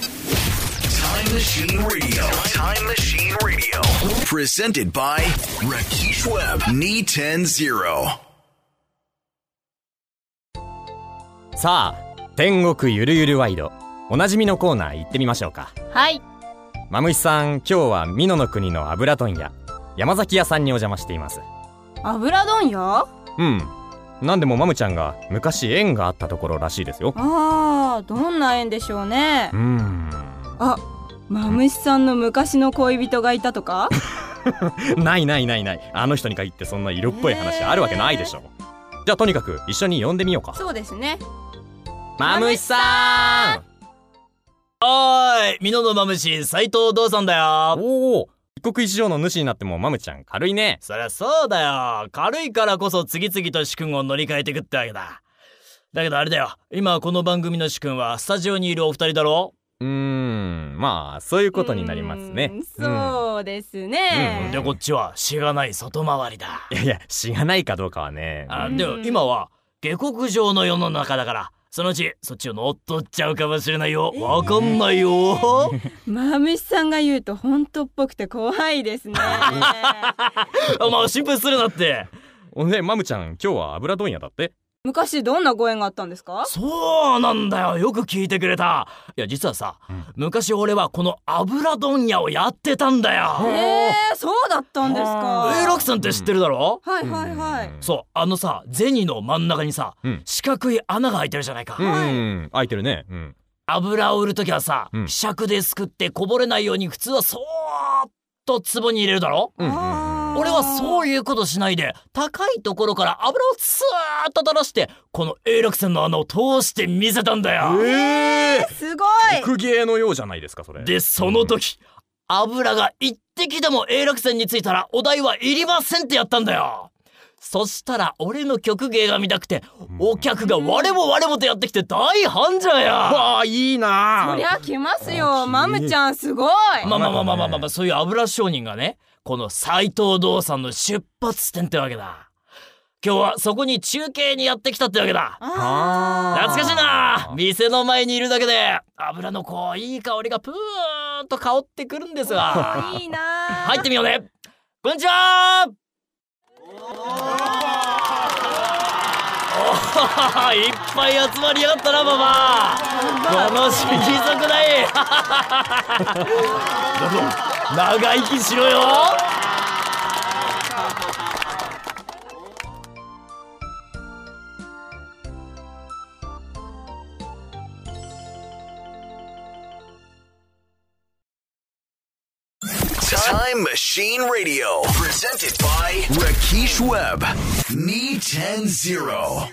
Time Machine Radio. Time Machine Radio. Presented by Rakesh Webb. E Knee 10 0. さあ天国ゆるゆるワイドおなじみのコーナー行ってみましょうかはいマムシさん今日は美濃の国の油問屋山崎屋さんにお邪魔しています油問屋うんなんでもマムちゃんが昔縁があったところらしいですよああどんな縁でしょうねうーんあマムシさんの昔の恋人がいたとかないないないないあの人に限ってそんな色っぽい話あるわけないでしょじゃあとにかく一緒に呼んでみようか そうですねマムシさんおーい、ミノのマムシ、斎藤道さんだよ。おお一国一城の主になってもマムちゃん軽いねそりゃそうだよ。軽いからこそ次々と主君を乗り換えてくってわけだ。だけどあれだよ。今この番組の主君はスタジオにいるお二人だろうーんまあそういうことになりますねうんうんそうですね、うんで、こっちはしがない外回りだ。いやいや、しがないかどうかはね。あうんでも今は下克上の世の中だから、そのうちそっちを乗っ取っちゃうかもしれないよ。わかんないよ。 マムシさんが言うと本当っぽくて怖 いですねお前心配するなって。おね、マムちゃん、今日は油問屋だって。昔どんなご縁があったんですかそうなんだよよく聞いてくれたいや実はさ、うん昔俺はこの油問屋をやってたんだへよえそうだったんですあかウイロクさんって知ってるだろ、はいはいはいそうあのさ銭の真ん中にさ、うん四角い穴が開いてるじゃないか、うん。うんうん、開いてるね。うん。油を売るときはさ、うんひしゃくですくってこぼれないように普通はそーっと壺に入れるだろうんうんあー俺はそういうことしないで高いところから油をスーッと垂らしてこの永楽線の穴を通して見せたんだよ、ええすごい苦芸のようじゃないですか、それ。でその時油が一滴でも永楽線についたらお代はいりませんってやったんだよそしたら俺の曲芸が見たくてお客が我も我もとやってきて大繁盛やわあ、いいなそありゃ来ますあよーマムちゃんすごいまあまあまあまあまあまあまあそういう油商人がねこの斎藤道さんの出発点ってわけだ今日はそこに中継にやってきたってわけだあー懐かしいな店の前にいるだけで油のこういい香りがプーンと香ってくるんですがいいな入ってみようねこんにちはおおいっぱい集まりやがったなママこの不規則ない 長生きしろよ Time Machine E Radio. Presented by Rakesh Webb. Knee 10 0.